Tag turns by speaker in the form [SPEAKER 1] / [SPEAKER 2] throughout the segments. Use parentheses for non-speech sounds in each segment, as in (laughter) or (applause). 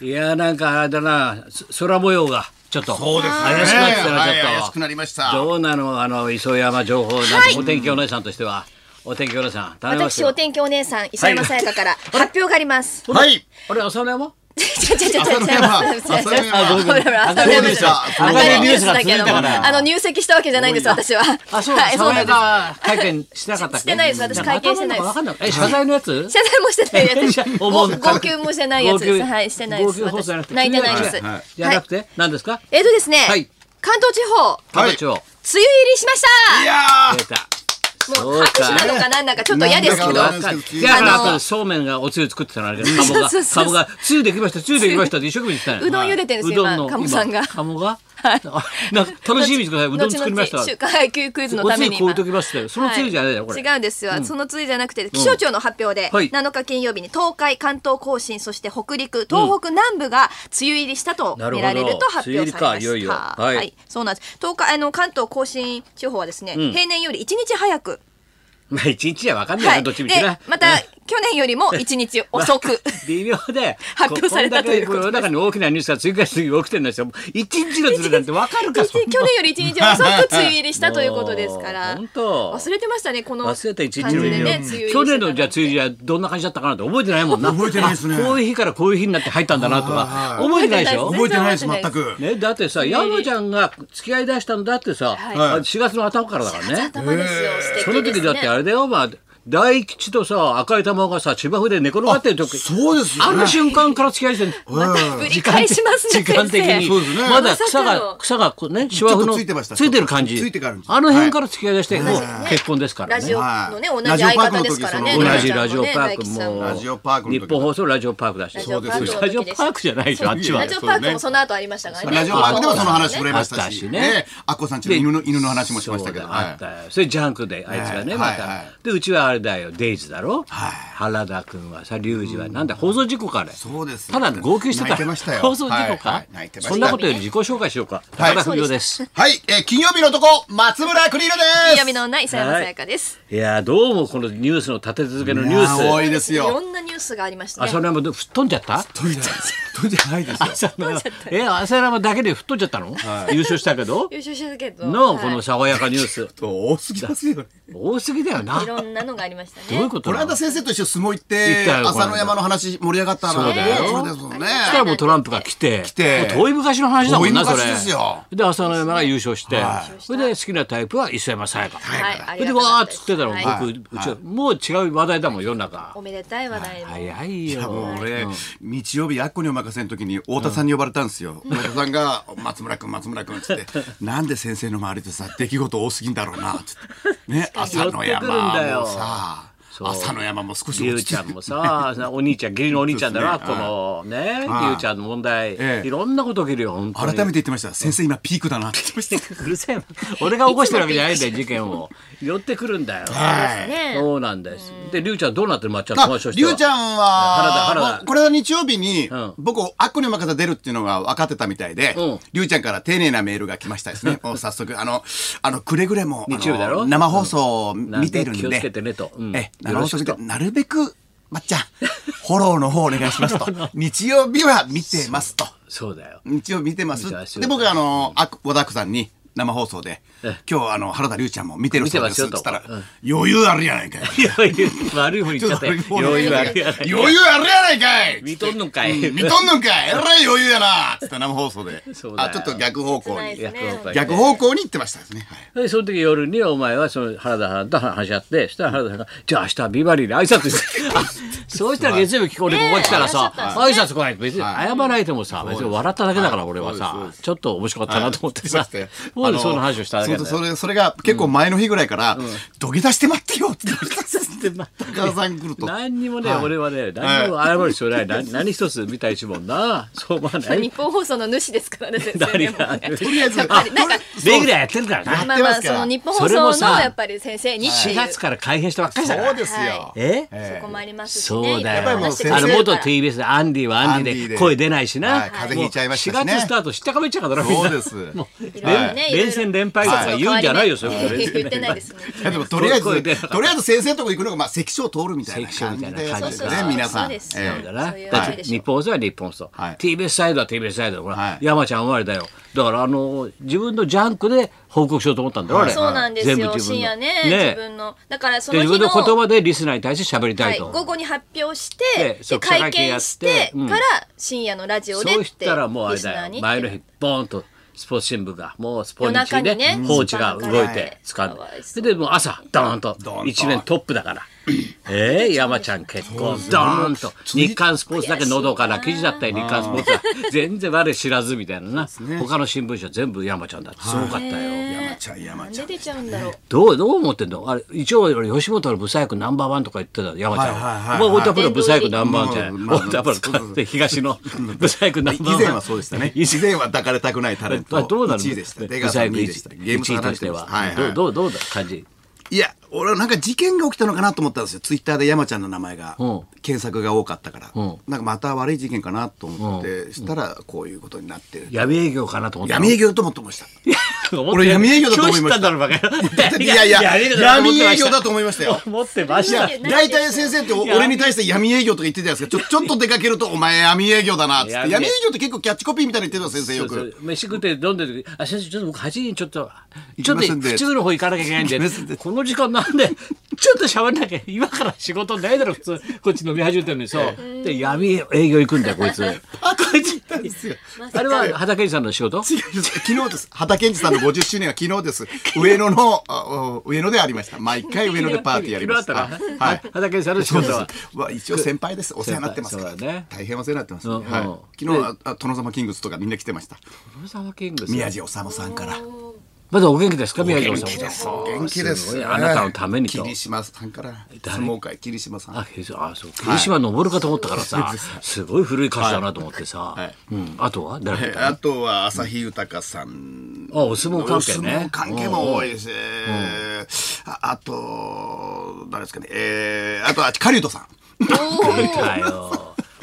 [SPEAKER 1] いやなんかあれだなそ空模様がちょっと
[SPEAKER 2] そうですね。
[SPEAKER 1] 怪しくなってたな
[SPEAKER 2] はい
[SPEAKER 1] ちょっと、
[SPEAKER 2] 怪しくなりました。
[SPEAKER 1] どうなのあの磯山情報なんて、お天気お姉さんとしてはお天気お姉さん頼みます
[SPEAKER 3] 私
[SPEAKER 1] よ
[SPEAKER 3] お天気お姉さん磯山さやかから発表があります。
[SPEAKER 2] はい。
[SPEAKER 1] あれ浅野山
[SPEAKER 3] ちょちょちょちょ
[SPEAKER 2] 朝の山、朝の
[SPEAKER 1] あごめん
[SPEAKER 2] 山。
[SPEAKER 3] ほらほら朝の
[SPEAKER 2] どうでした
[SPEAKER 3] 朝のニュースだけどもあの入籍したわけじゃないんです私は。
[SPEAKER 1] あそう
[SPEAKER 3] はいそ
[SPEAKER 1] 爽
[SPEAKER 3] うな
[SPEAKER 1] や
[SPEAKER 3] んです。
[SPEAKER 1] か会見してなかったっけ
[SPEAKER 3] してないです私会見してないです
[SPEAKER 1] 頭の中わかんないえ謝罪のやつ
[SPEAKER 3] 謝罪もしてないやつです。
[SPEAKER 1] お
[SPEAKER 3] ご
[SPEAKER 1] 盆
[SPEAKER 3] 号
[SPEAKER 1] の
[SPEAKER 3] 泣もしてないやつで
[SPEAKER 1] 号
[SPEAKER 3] す。
[SPEAKER 1] 泣
[SPEAKER 3] はいしてないです。
[SPEAKER 1] 号泣放送じゃなく
[SPEAKER 3] 私
[SPEAKER 1] て
[SPEAKER 3] 泣いてないで
[SPEAKER 1] はい
[SPEAKER 3] す。
[SPEAKER 1] はいじゃ
[SPEAKER 3] は
[SPEAKER 1] ないく。て何ですか
[SPEAKER 3] えっとですね
[SPEAKER 1] はい。
[SPEAKER 3] 関東地方梅
[SPEAKER 2] はい
[SPEAKER 1] 形を
[SPEAKER 3] 雨入りしまし
[SPEAKER 2] い
[SPEAKER 3] た。
[SPEAKER 2] や
[SPEAKER 1] 出た
[SPEAKER 3] もう
[SPEAKER 1] そう
[SPEAKER 3] 拍
[SPEAKER 1] か
[SPEAKER 3] 手なのかなんだかちょっと嫌ですけ
[SPEAKER 2] なん
[SPEAKER 3] ど
[SPEAKER 2] だ。か
[SPEAKER 1] わかるだからあとそうめんがおつゆ作ってたのあれで鴨が
[SPEAKER 3] そうそうそう
[SPEAKER 1] 鴨がつゆできましたつゆできましたって一生懸命言ってたのよ
[SPEAKER 3] うどん茹でてるんですよ
[SPEAKER 1] うどの
[SPEAKER 3] 今鴨さんが
[SPEAKER 1] 今鴨がなんか楽しみにしてくださいうどん作りました
[SPEAKER 3] 後々週間配給クイズのために今
[SPEAKER 1] おつゆこう置いときましたよそのつゆじゃないよこれ
[SPEAKER 3] 違うんですよ、そのつゆじゃなくて気象庁の発表で、
[SPEAKER 1] はい
[SPEAKER 3] 7日金曜日に東海関東甲信そして北陸東北南部が梅雨入りしたと
[SPEAKER 1] なるほ
[SPEAKER 3] 見
[SPEAKER 1] ど
[SPEAKER 3] られると発表されました、
[SPEAKER 1] 梅雨入りかいよいよは
[SPEAKER 3] はいい、そうなんです東海あの関東甲信地方はですね、平年より1日早く
[SPEAKER 1] まあ一日じゃわかんないよ
[SPEAKER 3] は、
[SPEAKER 1] ないどっち
[SPEAKER 3] で
[SPEAKER 1] みちな
[SPEAKER 3] また去年よ
[SPEAKER 1] (laughs)
[SPEAKER 3] りも1日遅く
[SPEAKER 1] 微妙で
[SPEAKER 3] (laughs) 発表されたということ
[SPEAKER 1] こんだけ世の中に大きなニュースが次から次に起きてるんですよもう一日のずれなんてわかるか
[SPEAKER 3] 一
[SPEAKER 1] そんな
[SPEAKER 3] (laughs) 日去年より1日遅く梅雨入りしたということですから
[SPEAKER 1] (laughs) もう本当
[SPEAKER 3] 忘れてましたねこの
[SPEAKER 1] 忘れた一日
[SPEAKER 3] 感じ
[SPEAKER 1] の
[SPEAKER 3] で
[SPEAKER 1] 入り
[SPEAKER 3] ね
[SPEAKER 1] を
[SPEAKER 3] 梅雨入りしてた
[SPEAKER 1] 去
[SPEAKER 3] な
[SPEAKER 1] 年
[SPEAKER 3] んて
[SPEAKER 1] のじゃあ梅雨入りはどんな感じだったかなって覚えてないもんな
[SPEAKER 2] 覚えてないですね
[SPEAKER 1] あこういう日からこういう日になって入ったんだなとか
[SPEAKER 2] はい
[SPEAKER 1] 覚えてないでしょ
[SPEAKER 3] 覚
[SPEAKER 2] 覚えてないです、全く。
[SPEAKER 1] ね、だってさ山ちゃんが付き合いだしたのだってさ、
[SPEAKER 3] はい
[SPEAKER 1] あ4月の頭からだからね
[SPEAKER 3] 頭ですよ素
[SPEAKER 1] そ
[SPEAKER 3] 敵
[SPEAKER 1] の
[SPEAKER 3] です
[SPEAKER 1] 時
[SPEAKER 3] ね
[SPEAKER 1] だってあれだよまあ大吉とさ赤い玉がさ芝生で寝転がってる時
[SPEAKER 2] そうです
[SPEAKER 1] あ
[SPEAKER 2] よね
[SPEAKER 1] の。瞬間から付き合いしてんの
[SPEAKER 3] またぶり返しますね
[SPEAKER 1] 時間的に
[SPEAKER 3] 先
[SPEAKER 2] そうですね
[SPEAKER 1] まだ草
[SPEAKER 3] ま
[SPEAKER 1] が
[SPEAKER 3] さかの
[SPEAKER 1] 草がこうね芝生
[SPEAKER 2] ちょっ
[SPEAKER 1] の
[SPEAKER 2] とついてました
[SPEAKER 1] る感じ
[SPEAKER 2] ついてから
[SPEAKER 1] あの辺から付き合いだしてもう結婚ですか
[SPEAKER 3] 生
[SPEAKER 1] ら
[SPEAKER 3] ラジ
[SPEAKER 1] ね
[SPEAKER 3] オのね同じ相方ですからね
[SPEAKER 2] オ
[SPEAKER 1] 同
[SPEAKER 2] ラ
[SPEAKER 1] じ
[SPEAKER 2] ジオ
[SPEAKER 1] ラジオパーク
[SPEAKER 2] ラジオ
[SPEAKER 1] も
[SPEAKER 2] パークの
[SPEAKER 1] 日
[SPEAKER 2] 時
[SPEAKER 1] 本放送ラジオパークだし
[SPEAKER 3] そうですよ
[SPEAKER 1] ラジオパークじゃないでしょあっちは
[SPEAKER 3] ラジオパークもその後ありましたからね
[SPEAKER 2] ラジオパークでもその話触れまし
[SPEAKER 1] あったたし
[SPEAKER 2] し、
[SPEAKER 1] ね
[SPEAKER 2] ね、アッコさんちの犬の犬の話もしましたけど、
[SPEAKER 1] そうだあ
[SPEAKER 2] は
[SPEAKER 1] ったよそれジャンクであいつがね
[SPEAKER 2] はい
[SPEAKER 1] ま
[SPEAKER 2] はい
[SPEAKER 1] た
[SPEAKER 2] はい
[SPEAKER 1] でうちはあれだよデイズだろ
[SPEAKER 2] はい
[SPEAKER 1] 原田君はさ龍二はなんだ放送事故かあれ
[SPEAKER 2] そうです
[SPEAKER 1] ただ号泣して
[SPEAKER 2] 泣
[SPEAKER 1] た
[SPEAKER 2] いてましたよ
[SPEAKER 1] 放送事故
[SPEAKER 2] は
[SPEAKER 1] か
[SPEAKER 2] い泣いてました
[SPEAKER 1] そんなことより自己紹介しようか
[SPEAKER 2] はい
[SPEAKER 1] 高田文夫です
[SPEAKER 2] い、はいえー金曜日のとこ松村クリルです。
[SPEAKER 3] 金曜日の女磯山さやかです
[SPEAKER 1] いやーどうもこのニュースの立て続けのニュー
[SPEAKER 2] いや多
[SPEAKER 1] ス
[SPEAKER 2] いです
[SPEAKER 3] いろ
[SPEAKER 2] よ。
[SPEAKER 3] んなニュースがありました
[SPEAKER 1] 朝
[SPEAKER 3] ね
[SPEAKER 1] 山も吹っ飛んじゃった
[SPEAKER 2] とんじゃない、じゃないですよ。
[SPEAKER 1] 朝山え朝山だけで吹っ飛んじゃったの優勝したけど
[SPEAKER 3] 優勝したけど
[SPEAKER 1] の
[SPEAKER 3] はい
[SPEAKER 1] この爽やかニュース
[SPEAKER 2] 多すぎますよね。
[SPEAKER 1] 多すぎだよない
[SPEAKER 3] ろんなのがありましたね
[SPEAKER 1] どういうこと
[SPEAKER 2] この
[SPEAKER 1] なの
[SPEAKER 2] 間
[SPEAKER 1] そし
[SPEAKER 2] 先生と一緒に相撲行っ
[SPEAKER 1] 行ってたよこの間
[SPEAKER 2] 朝の山の話盛り上がった
[SPEAKER 1] そうだよ
[SPEAKER 2] そうですもんね
[SPEAKER 1] たらもうトランプが来て
[SPEAKER 2] て
[SPEAKER 1] もう遠い昔の話だもんな
[SPEAKER 2] 遠
[SPEAKER 1] そ
[SPEAKER 2] い
[SPEAKER 1] れ
[SPEAKER 2] 昔ですよ
[SPEAKER 1] で朝山が優勝して
[SPEAKER 2] は
[SPEAKER 1] それで好きなタイプは磯山さやか
[SPEAKER 3] はいあ
[SPEAKER 1] それ
[SPEAKER 3] り
[SPEAKER 1] でわ
[SPEAKER 3] がとうござ
[SPEAKER 1] ーっ
[SPEAKER 3] いま
[SPEAKER 1] つ
[SPEAKER 3] す
[SPEAKER 1] ってたら
[SPEAKER 3] はい
[SPEAKER 1] 僕うちはもう違う話題だもん世の中
[SPEAKER 3] おめでたい話題の
[SPEAKER 1] 早い
[SPEAKER 2] いやも
[SPEAKER 1] よ
[SPEAKER 2] う俺、日曜日、アッコにお任せの時に太田さんに呼ばれたんですよ。太田さんが、松村君、松村君っつって、なんで先生の周りでさ、出来事多すぎんだろうな、つって。ね、朝の
[SPEAKER 1] 寄ってくるんだ
[SPEAKER 2] 山
[SPEAKER 1] よ
[SPEAKER 2] もさ、
[SPEAKER 1] う
[SPEAKER 2] 朝の山も少し
[SPEAKER 1] りゅう
[SPEAKER 2] 落ち
[SPEAKER 1] ちゃん
[SPEAKER 2] 着い
[SPEAKER 1] もささお兄ちゃん義理のお兄ちゃんだな、
[SPEAKER 2] そうで
[SPEAKER 1] この
[SPEAKER 2] すね
[SPEAKER 1] ね
[SPEAKER 2] はい
[SPEAKER 1] りゅうちゃんの問題、
[SPEAKER 2] ええ
[SPEAKER 1] いろんなこと起きるよ本当
[SPEAKER 2] 改
[SPEAKER 1] に
[SPEAKER 2] めて言ってました。先生今ピークだなって言ってました。
[SPEAKER 1] うるせえな俺が起こしてるわけじゃないんだよ事件を寄ってくるんだよ
[SPEAKER 2] はい。
[SPEAKER 3] ね
[SPEAKER 1] そうなんですでりゅうちゃんどうなってるまっちゃん
[SPEAKER 2] あ
[SPEAKER 1] 友達とし
[SPEAKER 2] り
[SPEAKER 1] て
[SPEAKER 2] ゅうちゃ
[SPEAKER 1] は
[SPEAKER 2] ん
[SPEAKER 1] 原田
[SPEAKER 2] は、
[SPEAKER 1] 原田
[SPEAKER 2] もうこれは日曜日に
[SPEAKER 1] ん、
[SPEAKER 2] 僕、アッコにお任せ出るっていうのが分かってたみたいで
[SPEAKER 1] うん、
[SPEAKER 2] りゅうちゃんから丁寧なメールが来ましたです
[SPEAKER 1] (laughs)
[SPEAKER 2] ね。もう早速、あの、あの、くれぐれも、あの
[SPEAKER 1] 日曜日だろ
[SPEAKER 2] 生放送を見ているんで、
[SPEAKER 1] なんで気をつけてねとうん
[SPEAKER 2] え
[SPEAKER 1] よ
[SPEAKER 2] え、生
[SPEAKER 1] ろ
[SPEAKER 2] 放
[SPEAKER 1] しく
[SPEAKER 2] 送
[SPEAKER 1] と
[SPEAKER 2] でなるべく、まっちゃん、フォローの方お願いし
[SPEAKER 1] (laughs)
[SPEAKER 2] ますと。日曜日は見てますと。
[SPEAKER 1] そうだよ (laughs)
[SPEAKER 2] 日曜日見てます
[SPEAKER 1] 見てます。よ
[SPEAKER 2] で、僕、あの、あ和田アッコさんに、生放送で、今日あの原田龍ちゃんも見てるそうですっ
[SPEAKER 1] 見てます
[SPEAKER 2] つった
[SPEAKER 1] よと
[SPEAKER 2] ら、余裕あるやないかい。
[SPEAKER 1] いやいや悪いふうに言っちゃったよ余裕あるやない
[SPEAKER 2] 余裕あるやないかい
[SPEAKER 1] 見とんのかい
[SPEAKER 2] 見とんのんかいえらい余裕やなつって生放送で
[SPEAKER 1] そうだよ
[SPEAKER 2] あちょっと逆方向
[SPEAKER 3] ない
[SPEAKER 2] に
[SPEAKER 3] ですね
[SPEAKER 2] 逆方向に行ってましたですねはい
[SPEAKER 1] でその時夜にお前はその原田さんと話し合ってそしたら原田さんが「じゃあ明日ビバリーで挨拶して」
[SPEAKER 2] (laughs)
[SPEAKER 1] あ (laughs) そうしたら月曜日ここにここ来たらさ挨拶来ないと別に謝られてもさ別に笑っただけだから俺は
[SPEAKER 2] そうで
[SPEAKER 1] さちょっと面白かったなと思って
[SPEAKER 2] し
[SPEAKER 1] さ
[SPEAKER 2] ましたよ
[SPEAKER 1] (laughs) も
[SPEAKER 2] あ
[SPEAKER 1] う
[SPEAKER 2] の
[SPEAKER 1] その話をしただけだよ
[SPEAKER 2] そうそれそれが結構前の日ぐらいから土下座して待ってよって言ってました
[SPEAKER 1] でまあ
[SPEAKER 2] 高田さん来ると
[SPEAKER 1] 何にもね
[SPEAKER 2] はい
[SPEAKER 1] 俺はね何にも謝る必要ない何何一つ見たいしもんなそう思わない
[SPEAKER 3] 日本放送の主ですからね先生
[SPEAKER 1] 誰
[SPEAKER 3] ねも
[SPEAKER 1] が
[SPEAKER 3] うね
[SPEAKER 1] とりあえず
[SPEAKER 3] やっぱりなんか
[SPEAKER 1] レギュラーやってるからな
[SPEAKER 3] まあまあその日本
[SPEAKER 1] そ
[SPEAKER 3] 放
[SPEAKER 1] れも
[SPEAKER 3] 送
[SPEAKER 1] さ
[SPEAKER 3] のやっぱり先生にってい
[SPEAKER 1] 4
[SPEAKER 3] う
[SPEAKER 1] 月から改編したばっかりだか
[SPEAKER 2] そう
[SPEAKER 1] ら
[SPEAKER 2] ですよ
[SPEAKER 3] はい
[SPEAKER 1] え
[SPEAKER 3] そこもありますし
[SPEAKER 1] そそうだ
[SPEAKER 3] いっぱい
[SPEAKER 1] よ。
[SPEAKER 3] 話してくれ
[SPEAKER 1] あ
[SPEAKER 3] て
[SPEAKER 1] の
[SPEAKER 3] る
[SPEAKER 1] 元
[SPEAKER 3] から
[SPEAKER 1] TBS でアンディはアンデ
[SPEAKER 2] アンデ
[SPEAKER 1] ィ
[SPEAKER 2] ィ
[SPEAKER 1] で
[SPEAKER 2] で
[SPEAKER 1] 声出ないしな。
[SPEAKER 2] はい風邪ひいちゃいましたしね
[SPEAKER 1] もう4月スタート知ったかめっちゃかだなみんな。
[SPEAKER 2] そうです
[SPEAKER 1] (laughs) もう
[SPEAKER 3] いろいろ
[SPEAKER 1] 連
[SPEAKER 3] ねいろいろ
[SPEAKER 1] 連戦連敗とか言うんじゃないよそ
[SPEAKER 3] 季
[SPEAKER 1] れは
[SPEAKER 3] 節の変わり目言ってないですね。
[SPEAKER 2] いやでもとりあえず、
[SPEAKER 1] そういう声出なかった
[SPEAKER 2] とりあえず先生のとこ行くのが、まあ、関所を通るみたいな
[SPEAKER 1] 関所
[SPEAKER 2] 感
[SPEAKER 1] みた
[SPEAKER 2] じ
[SPEAKER 1] い
[SPEAKER 2] で
[SPEAKER 1] な感じ
[SPEAKER 2] す
[SPEAKER 1] で
[SPEAKER 2] ね、皆さ。
[SPEAKER 3] そうんですよ
[SPEAKER 2] え
[SPEAKER 1] だ
[SPEAKER 2] え
[SPEAKER 1] な
[SPEAKER 3] そういう。
[SPEAKER 1] だ
[SPEAKER 3] わ
[SPEAKER 1] っ
[SPEAKER 3] け
[SPEAKER 1] て
[SPEAKER 3] でしょ
[SPEAKER 1] 日本放送は日本放送、
[SPEAKER 2] はい
[SPEAKER 1] TBS サイドは TBS サイドだから、
[SPEAKER 2] はい
[SPEAKER 1] 山ちゃん生まれだよ。だからあの自分のジャンクで報告しようと思ったんだろ、あれ。
[SPEAKER 3] そうなんです
[SPEAKER 1] 全部
[SPEAKER 3] よ。
[SPEAKER 1] 自分の
[SPEAKER 3] 深夜ね自分のだからそ
[SPEAKER 1] で
[SPEAKER 3] の
[SPEAKER 1] 自
[SPEAKER 3] 日
[SPEAKER 1] 分
[SPEAKER 3] の
[SPEAKER 1] の言葉でリスナーに対して喋りた
[SPEAKER 3] はいい
[SPEAKER 1] と。
[SPEAKER 3] 午後に発表し
[SPEAKER 1] で
[SPEAKER 3] て
[SPEAKER 1] そう
[SPEAKER 3] で
[SPEAKER 1] 記者
[SPEAKER 3] 会
[SPEAKER 1] 会見やっ
[SPEAKER 3] 見してて
[SPEAKER 1] うん
[SPEAKER 3] から深夜のラジオで
[SPEAKER 1] そう
[SPEAKER 3] っ
[SPEAKER 1] してたらもうあれ
[SPEAKER 3] リスナ
[SPEAKER 1] だ
[SPEAKER 3] ー
[SPEAKER 1] よ
[SPEAKER 3] に
[SPEAKER 1] 前の日ボーンとスポーツ新聞がもうスポニチ
[SPEAKER 3] 夜
[SPEAKER 1] で
[SPEAKER 3] 中にね
[SPEAKER 1] 放置が動いて
[SPEAKER 3] ス
[SPEAKER 1] 掴
[SPEAKER 3] パ
[SPEAKER 1] ん
[SPEAKER 3] ンからかわいそう
[SPEAKER 1] ででもう朝ドーンと
[SPEAKER 2] ドーンと
[SPEAKER 1] 一面トップだからええ山ちゃん結構ドーンと日刊スポーツだけのどかな記事だったり日刊スポーツは全然我知らずみたいなな他の新聞社全部山ちゃんだってすごかったよ
[SPEAKER 2] 山ちゃん、
[SPEAKER 3] な
[SPEAKER 2] 山
[SPEAKER 3] ん
[SPEAKER 2] ちゃ
[SPEAKER 3] で
[SPEAKER 2] ん。
[SPEAKER 3] 出ちゃうんだろう。
[SPEAKER 1] どうどう思ってんのあれ一応俺吉本のブサイクナンバーワンとか言ってたの山ちゃん
[SPEAKER 2] はいはいはいは
[SPEAKER 1] は。
[SPEAKER 2] い
[SPEAKER 1] お前太田プロブサイクナンバーワンじゃない
[SPEAKER 2] まあまあ
[SPEAKER 1] 太田プロ完
[SPEAKER 2] (laughs)
[SPEAKER 1] 全東のブサイクナン
[SPEAKER 2] 以
[SPEAKER 1] バーワン。
[SPEAKER 2] 前はそうでし
[SPEAKER 1] (laughs)
[SPEAKER 2] たね。以前は抱かれたくないタレント。
[SPEAKER 1] あどうなの
[SPEAKER 2] 1位でした。出
[SPEAKER 1] ブ
[SPEAKER 2] 川
[SPEAKER 1] サ
[SPEAKER 2] さん
[SPEAKER 1] イク
[SPEAKER 2] 2位でした。ゲーム差
[SPEAKER 1] 1位と
[SPEAKER 2] 離れ
[SPEAKER 1] して
[SPEAKER 2] てま
[SPEAKER 1] は
[SPEAKER 2] す。はい
[SPEAKER 1] ど
[SPEAKER 2] は
[SPEAKER 1] う
[SPEAKER 2] い。
[SPEAKER 1] どうどうだ感じ
[SPEAKER 2] いや、俺はなんか事件が起きたのかなと思ったんですよ。ツイッターで山ちゃんの名前が
[SPEAKER 1] うん
[SPEAKER 2] 検索が多かったから、
[SPEAKER 1] ん
[SPEAKER 2] なんかまた悪い事件かなと思って、したらこういうことになってる。
[SPEAKER 1] 闇営業かなと思った
[SPEAKER 2] 闇営業だと思ってました。
[SPEAKER 1] 業
[SPEAKER 2] 俺闇営業だと思いました
[SPEAKER 1] だろバカ
[SPEAKER 2] いやいや闇営業だと思いましたよ
[SPEAKER 1] 持ってまし
[SPEAKER 2] いや
[SPEAKER 1] た
[SPEAKER 3] いや
[SPEAKER 2] 大体先生ってお
[SPEAKER 1] いや
[SPEAKER 2] 俺に対して闇営業とか言ってたじゃないですかちょちょっと出かけると「お前闇営業だな」っつって
[SPEAKER 1] 闇営
[SPEAKER 2] 闇営業って結構キャッチコピーみたいに言ってた先生よ
[SPEAKER 1] そう
[SPEAKER 2] く
[SPEAKER 1] そう飯食って飲んでる時あ先生ちょっと僕8時にちょっとちょっと
[SPEAKER 2] 行きますんで
[SPEAKER 1] 府中の方行かなきゃいけないんでこの時間なんでちょっと喋んなきゃ今から仕事ないだろ普通こっち飲み始めてるのにそうで闇営業行くんだよこい
[SPEAKER 2] (laughs)
[SPEAKER 1] つあこいつあれは畑井さんの仕事
[SPEAKER 2] 違う昨日です畑健二さんの50周年は昨日です上野のあ上野でありました毎回上野でパーティーやりまし
[SPEAKER 1] 昨
[SPEAKER 2] た
[SPEAKER 1] 日あったな
[SPEAKER 2] はい
[SPEAKER 1] 畑井さんの仕
[SPEAKER 2] そうで
[SPEAKER 1] 事
[SPEAKER 2] す
[SPEAKER 1] は
[SPEAKER 2] わ一応先輩ですお世話になってますから
[SPEAKER 1] 先輩そうだね
[SPEAKER 2] 大変お世話になってます、
[SPEAKER 1] うんうん
[SPEAKER 2] はい、昨日はあ殿様キングスとかみんな来てました
[SPEAKER 1] 野沢健吾さん
[SPEAKER 2] 宮地治さんから
[SPEAKER 1] まだお元気ですか宮城さん
[SPEAKER 2] 元気です元気です
[SPEAKER 1] すごいあなたのためにと
[SPEAKER 2] 霧島さんから相撲界霧島さん
[SPEAKER 1] あ、へそあそう。霧島登るかと思ったからさ、すごい古い歌手だなと思ってさ、
[SPEAKER 2] はい
[SPEAKER 1] うん、あとは誰だっ
[SPEAKER 2] え
[SPEAKER 1] た
[SPEAKER 2] あとは朝日豊さん、
[SPEAKER 1] あ、お相撲関係
[SPEAKER 2] お相
[SPEAKER 1] ね
[SPEAKER 2] 撲。関係も多いです、えーああと誰ですかねえーあとは狩人さ
[SPEAKER 1] うんだよ。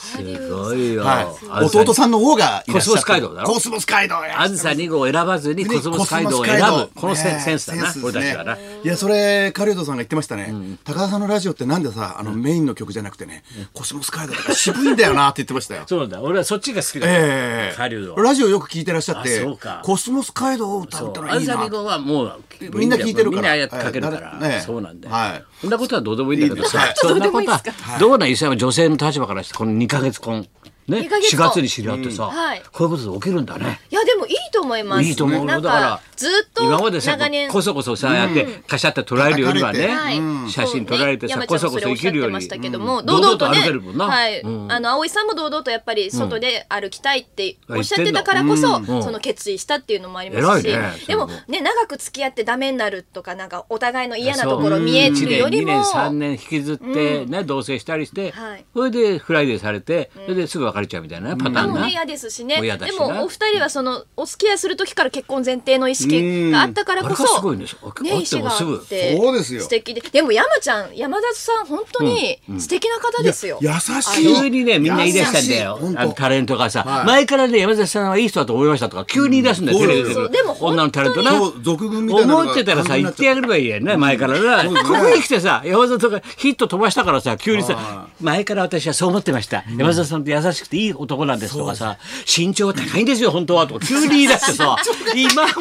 [SPEAKER 1] すごいよ。
[SPEAKER 2] ん、は
[SPEAKER 1] あ
[SPEAKER 2] い、
[SPEAKER 1] ずさ
[SPEAKER 2] 弟さんの方がいら
[SPEAKER 1] コ
[SPEAKER 2] っしゃって
[SPEAKER 1] スモス街道だろ
[SPEAKER 2] コスモス街道や
[SPEAKER 1] あずさ2号を選ばずにコスモス街道を選
[SPEAKER 2] コスモ
[SPEAKER 1] ぶ
[SPEAKER 2] ス街。道
[SPEAKER 1] このセ,、
[SPEAKER 2] ね
[SPEAKER 1] センスだな、
[SPEAKER 2] セン
[SPEAKER 1] 俺
[SPEAKER 2] です
[SPEAKER 1] た
[SPEAKER 2] ね
[SPEAKER 1] ちはな。
[SPEAKER 2] いやそれ狩人さんが言ってましたね、高田さんのラジオってなんでさあのメインの曲じゃなくてね、コスモス街道とか渋いんだよなって言ってましたよ
[SPEAKER 1] (laughs) そうなんだ。俺はそっちが好きだ。
[SPEAKER 2] ええ
[SPEAKER 1] 狩人は
[SPEAKER 2] ラジオよく聞いてらっしゃっ
[SPEAKER 1] あ
[SPEAKER 2] て
[SPEAKER 1] そうか
[SPEAKER 2] コスモス街道を歌うったら
[SPEAKER 1] あ
[SPEAKER 2] い
[SPEAKER 1] ず
[SPEAKER 2] い
[SPEAKER 1] さ
[SPEAKER 2] な
[SPEAKER 1] 2号はもう
[SPEAKER 2] みんな聞いてるか
[SPEAKER 1] みん
[SPEAKER 2] ら
[SPEAKER 1] なやってかけるから、
[SPEAKER 2] ええね
[SPEAKER 1] そうなんだよ、
[SPEAKER 2] はい
[SPEAKER 1] そんなことはどうでもいいんだけど
[SPEAKER 2] いい
[SPEAKER 1] さ
[SPEAKER 2] です
[SPEAKER 1] そんなことはどうなん伊勢は女性の立場からしてこの2か月婚ね
[SPEAKER 3] 二ヶ月
[SPEAKER 1] 4
[SPEAKER 3] 婚
[SPEAKER 1] 月に知り合ってさ、
[SPEAKER 3] んはい
[SPEAKER 1] こういうことで起きるんだね
[SPEAKER 3] いやでもいいと思います。
[SPEAKER 1] いいと思うよ
[SPEAKER 3] なん
[SPEAKER 1] だから
[SPEAKER 3] かずっと
[SPEAKER 1] 今までさ
[SPEAKER 3] 長年
[SPEAKER 1] こそこそさやってカシャって捉えるよりはね、
[SPEAKER 2] 叩
[SPEAKER 3] はい
[SPEAKER 1] 写真撮られてさ、
[SPEAKER 3] そうね
[SPEAKER 1] こそこそ生きるより
[SPEAKER 3] 山ちゃんもそれおっしゃってましたけども、
[SPEAKER 1] うん
[SPEAKER 3] 堂々
[SPEAKER 1] 堂
[SPEAKER 3] と
[SPEAKER 1] 々と
[SPEAKER 3] ね
[SPEAKER 1] 歩けるもんな
[SPEAKER 3] はい、
[SPEAKER 1] うん
[SPEAKER 3] あの葵さんも堂々とやっぱり外で歩きたいって
[SPEAKER 1] うん
[SPEAKER 3] おっしゃってたからこそ、
[SPEAKER 1] 言ってんのうん
[SPEAKER 3] その決意したっていうのもありますし、
[SPEAKER 1] 偉いね
[SPEAKER 3] でもね長く付き合ってダメになるとかなんかお互いの嫌なところ見えるよりも、
[SPEAKER 1] そううん1年2年3年引きずって、ね同棲したりして、
[SPEAKER 3] はい
[SPEAKER 1] それでフライデーされてそれですぐ別れちゃうみたいなねパターン
[SPEAKER 3] もう
[SPEAKER 1] な、
[SPEAKER 3] ね嫌ですしね
[SPEAKER 1] もう嫌だ
[SPEAKER 3] で
[SPEAKER 1] しな
[SPEAKER 3] もお二人はそのお付き合いする時から結婚前提の意識があったからこ
[SPEAKER 1] うんあれがす
[SPEAKER 3] そ、
[SPEAKER 1] ごいんですよあ
[SPEAKER 3] ね
[SPEAKER 1] あってもすぐ
[SPEAKER 3] 意志があって
[SPEAKER 2] そうですよ
[SPEAKER 3] 素敵ででも山ちゃん山田さん本当に素敵な方ですよ、
[SPEAKER 2] いや優しい
[SPEAKER 3] あの
[SPEAKER 1] 急にね、みんな言い出したんだよ
[SPEAKER 2] 優しい本。当
[SPEAKER 1] あのタレントがさ、
[SPEAKER 2] はい
[SPEAKER 1] 前からね、山崎さんはいい人だと思いましたとか、急に言い出すんだよ、
[SPEAKER 2] うん
[SPEAKER 1] テレビ出て
[SPEAKER 3] そうそうでも
[SPEAKER 1] る女のタレントな。
[SPEAKER 2] そう俗軍みたいなのが
[SPEAKER 1] 思ってたらさ、言ってやればいいやんね、前からな。
[SPEAKER 2] そう
[SPEAKER 1] こ
[SPEAKER 2] ですね
[SPEAKER 1] こに来てさ、山里がヒット飛ばしたからさ、急にさ
[SPEAKER 2] は、
[SPEAKER 1] 前から私はそう思ってました。山里さんって優しくていい男なんですとかさ、身長高いんですよ、本当は。とか、急に言い出して
[SPEAKER 2] (laughs)
[SPEAKER 1] さ、今まで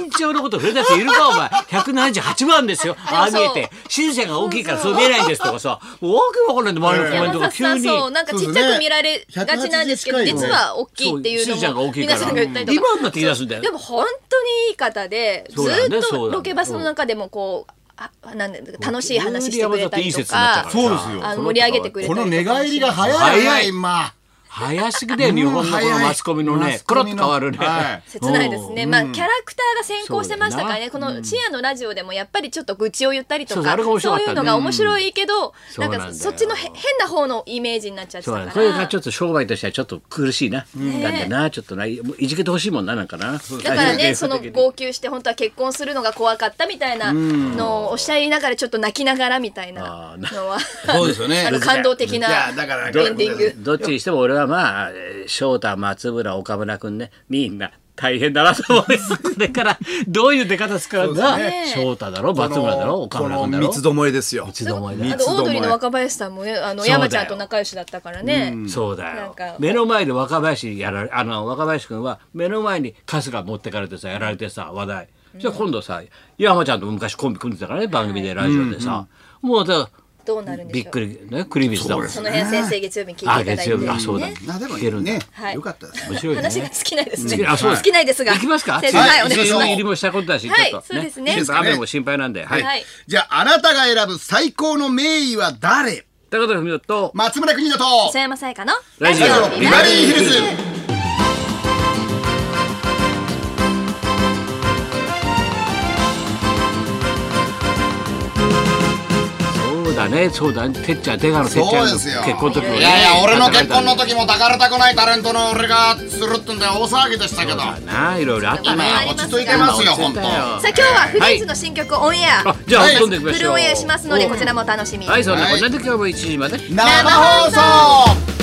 [SPEAKER 1] 身長のこと触れたやついるか、お前。178万ですよ、ああ見えて。しずちゃんが大きいからそう見えないんですとかさ、もうわけわかんないんで、周りのコメント
[SPEAKER 3] 山
[SPEAKER 1] が
[SPEAKER 3] 里さ
[SPEAKER 1] 急
[SPEAKER 3] ん
[SPEAKER 1] に。
[SPEAKER 3] そうなんかちっちゃく見られがちなんですけど
[SPEAKER 2] 180近い
[SPEAKER 3] 実は大きいっていう
[SPEAKER 1] そうしずちゃんが大
[SPEAKER 3] のも
[SPEAKER 1] きいから
[SPEAKER 3] 皆さんが言ったりとか
[SPEAKER 1] 今になって言い出すんだよ
[SPEAKER 3] でも本当にいい方でず
[SPEAKER 1] そうだよね
[SPEAKER 3] ーっ
[SPEAKER 1] そうだよ
[SPEAKER 3] と
[SPEAKER 1] ね
[SPEAKER 3] ロケバスの中でもこうあなんだ楽しい話してくれた
[SPEAKER 1] 急に山里
[SPEAKER 3] りと
[SPEAKER 1] いい説になった
[SPEAKER 3] か
[SPEAKER 1] から
[SPEAKER 2] そうですよ
[SPEAKER 3] あの盛り上げてくれたり
[SPEAKER 2] こ
[SPEAKER 3] とか
[SPEAKER 2] の寝返りが早い
[SPEAKER 1] 早い
[SPEAKER 2] 今
[SPEAKER 1] 早すぎだよ日本のこのマスコミのねコロッと変わるね、
[SPEAKER 3] 切ないですね、まあキャラクターが先行してましたからねこの深夜のラジオでもやっぱりちょっと愚痴を言ったりと
[SPEAKER 1] そうそうあ
[SPEAKER 3] か
[SPEAKER 1] れが面白か
[SPEAKER 3] そ
[SPEAKER 1] っ
[SPEAKER 3] う
[SPEAKER 1] たね
[SPEAKER 3] いうのが面白いけど、
[SPEAKER 1] そうな
[SPEAKER 3] な
[SPEAKER 1] んんだ
[SPEAKER 3] か
[SPEAKER 1] よ
[SPEAKER 3] そっちのへ変な方のイメージになっちゃって
[SPEAKER 1] そう
[SPEAKER 3] た
[SPEAKER 1] だね。
[SPEAKER 3] か
[SPEAKER 1] これ
[SPEAKER 3] ら
[SPEAKER 1] がちょっと商売としてはちょっと苦しいな。なんだな、ちょっとな、いじけてほしいもんな、なんかな。
[SPEAKER 3] だから
[SPEAKER 1] 大丈
[SPEAKER 3] ねそ
[SPEAKER 1] 夫
[SPEAKER 3] の号泣して本当は結婚するのが怖かったみたいなのをおっしゃりながらちょっと泣きながらみたいな
[SPEAKER 1] あーな
[SPEAKER 3] のは
[SPEAKER 2] そうですよね (laughs)
[SPEAKER 3] あの感動的
[SPEAKER 2] い
[SPEAKER 3] な
[SPEAKER 2] や
[SPEAKER 3] エン
[SPEAKER 2] だから
[SPEAKER 3] ディング。
[SPEAKER 1] どっちにしても俺はまあ、えー翔太、松村、岡村君ね、みんな大変だなと思います。これから、どういう出方するか
[SPEAKER 2] そう
[SPEAKER 1] が、
[SPEAKER 3] ですね
[SPEAKER 1] 翔太だろ、松村だろ、岡村
[SPEAKER 2] こ
[SPEAKER 1] 君だ
[SPEAKER 2] の
[SPEAKER 1] ろ
[SPEAKER 2] 三。つどもえですよ
[SPEAKER 1] 一度もい
[SPEAKER 3] あ
[SPEAKER 1] ない。
[SPEAKER 3] とオードリーの若林さんもねあ
[SPEAKER 1] そう
[SPEAKER 3] の
[SPEAKER 1] だよ
[SPEAKER 3] 山ちゃんと仲良しだったからね。
[SPEAKER 1] そうだ
[SPEAKER 3] なん
[SPEAKER 1] よ
[SPEAKER 3] か
[SPEAKER 1] 目の前で若林やられあの若林君は目の前に春日持ってかれてさやられてさ話題じゃあ今度さ山ちゃんと昔コンビ組んでたからね番組でラジオでさ、もうだから
[SPEAKER 3] どうなるんで
[SPEAKER 1] び
[SPEAKER 3] し
[SPEAKER 1] っ
[SPEAKER 3] ょ
[SPEAKER 1] く
[SPEAKER 3] う。
[SPEAKER 1] りねクリビスだもん
[SPEAKER 3] その辺先生月曜日に聞いてい
[SPEAKER 1] あ
[SPEAKER 3] ただい
[SPEAKER 1] 月
[SPEAKER 3] て
[SPEAKER 1] 曜日あそうだね
[SPEAKER 2] なでも
[SPEAKER 1] 聞けるんだ
[SPEAKER 2] ね
[SPEAKER 3] はい
[SPEAKER 2] よかったです
[SPEAKER 1] 面白いね
[SPEAKER 3] 話が尽きないですね。
[SPEAKER 1] あそうだ
[SPEAKER 3] 尽きないですが。
[SPEAKER 1] 行きますか
[SPEAKER 3] 先生はいお願いし
[SPEAKER 1] 一応
[SPEAKER 3] ます
[SPEAKER 1] 入。りもしたことだし、
[SPEAKER 3] はい
[SPEAKER 1] ちょっと
[SPEAKER 3] そうですね
[SPEAKER 1] ちょっと雨も心配なんで、はい
[SPEAKER 3] は
[SPEAKER 1] はいい、
[SPEAKER 2] じゃああなたが選ぶ最高の名医は誰
[SPEAKER 1] ということで文雄と
[SPEAKER 2] 松村邦乃と
[SPEAKER 3] 磯山さやかの
[SPEAKER 1] ラジオ
[SPEAKER 2] ビバリーヒルズ
[SPEAKER 1] そうだねそうだねてっちゃん出川のてっちゃんの
[SPEAKER 2] そうですよ
[SPEAKER 1] 結婚の時もね
[SPEAKER 2] いやいや俺の結婚の時も抱かれたくないタレントの俺がするってんで大騒ぎでしたけ
[SPEAKER 1] そう
[SPEAKER 2] ど
[SPEAKER 1] だないろいろあった
[SPEAKER 2] 今
[SPEAKER 1] ね
[SPEAKER 3] あります
[SPEAKER 2] 落ち着いてますよ
[SPEAKER 1] 今落ち着
[SPEAKER 2] 本
[SPEAKER 1] い
[SPEAKER 2] 当
[SPEAKER 1] たよ
[SPEAKER 3] さあ今日はフリーズの新曲オンエア、
[SPEAKER 1] あじゃあ
[SPEAKER 2] はい
[SPEAKER 1] 飛んでいきま
[SPEAKER 3] フ
[SPEAKER 1] し
[SPEAKER 3] ル
[SPEAKER 1] ょう
[SPEAKER 3] オンエアしますのでこちらもお楽しみに。
[SPEAKER 1] はいそんなこんなで今日も1時まで
[SPEAKER 2] 生放送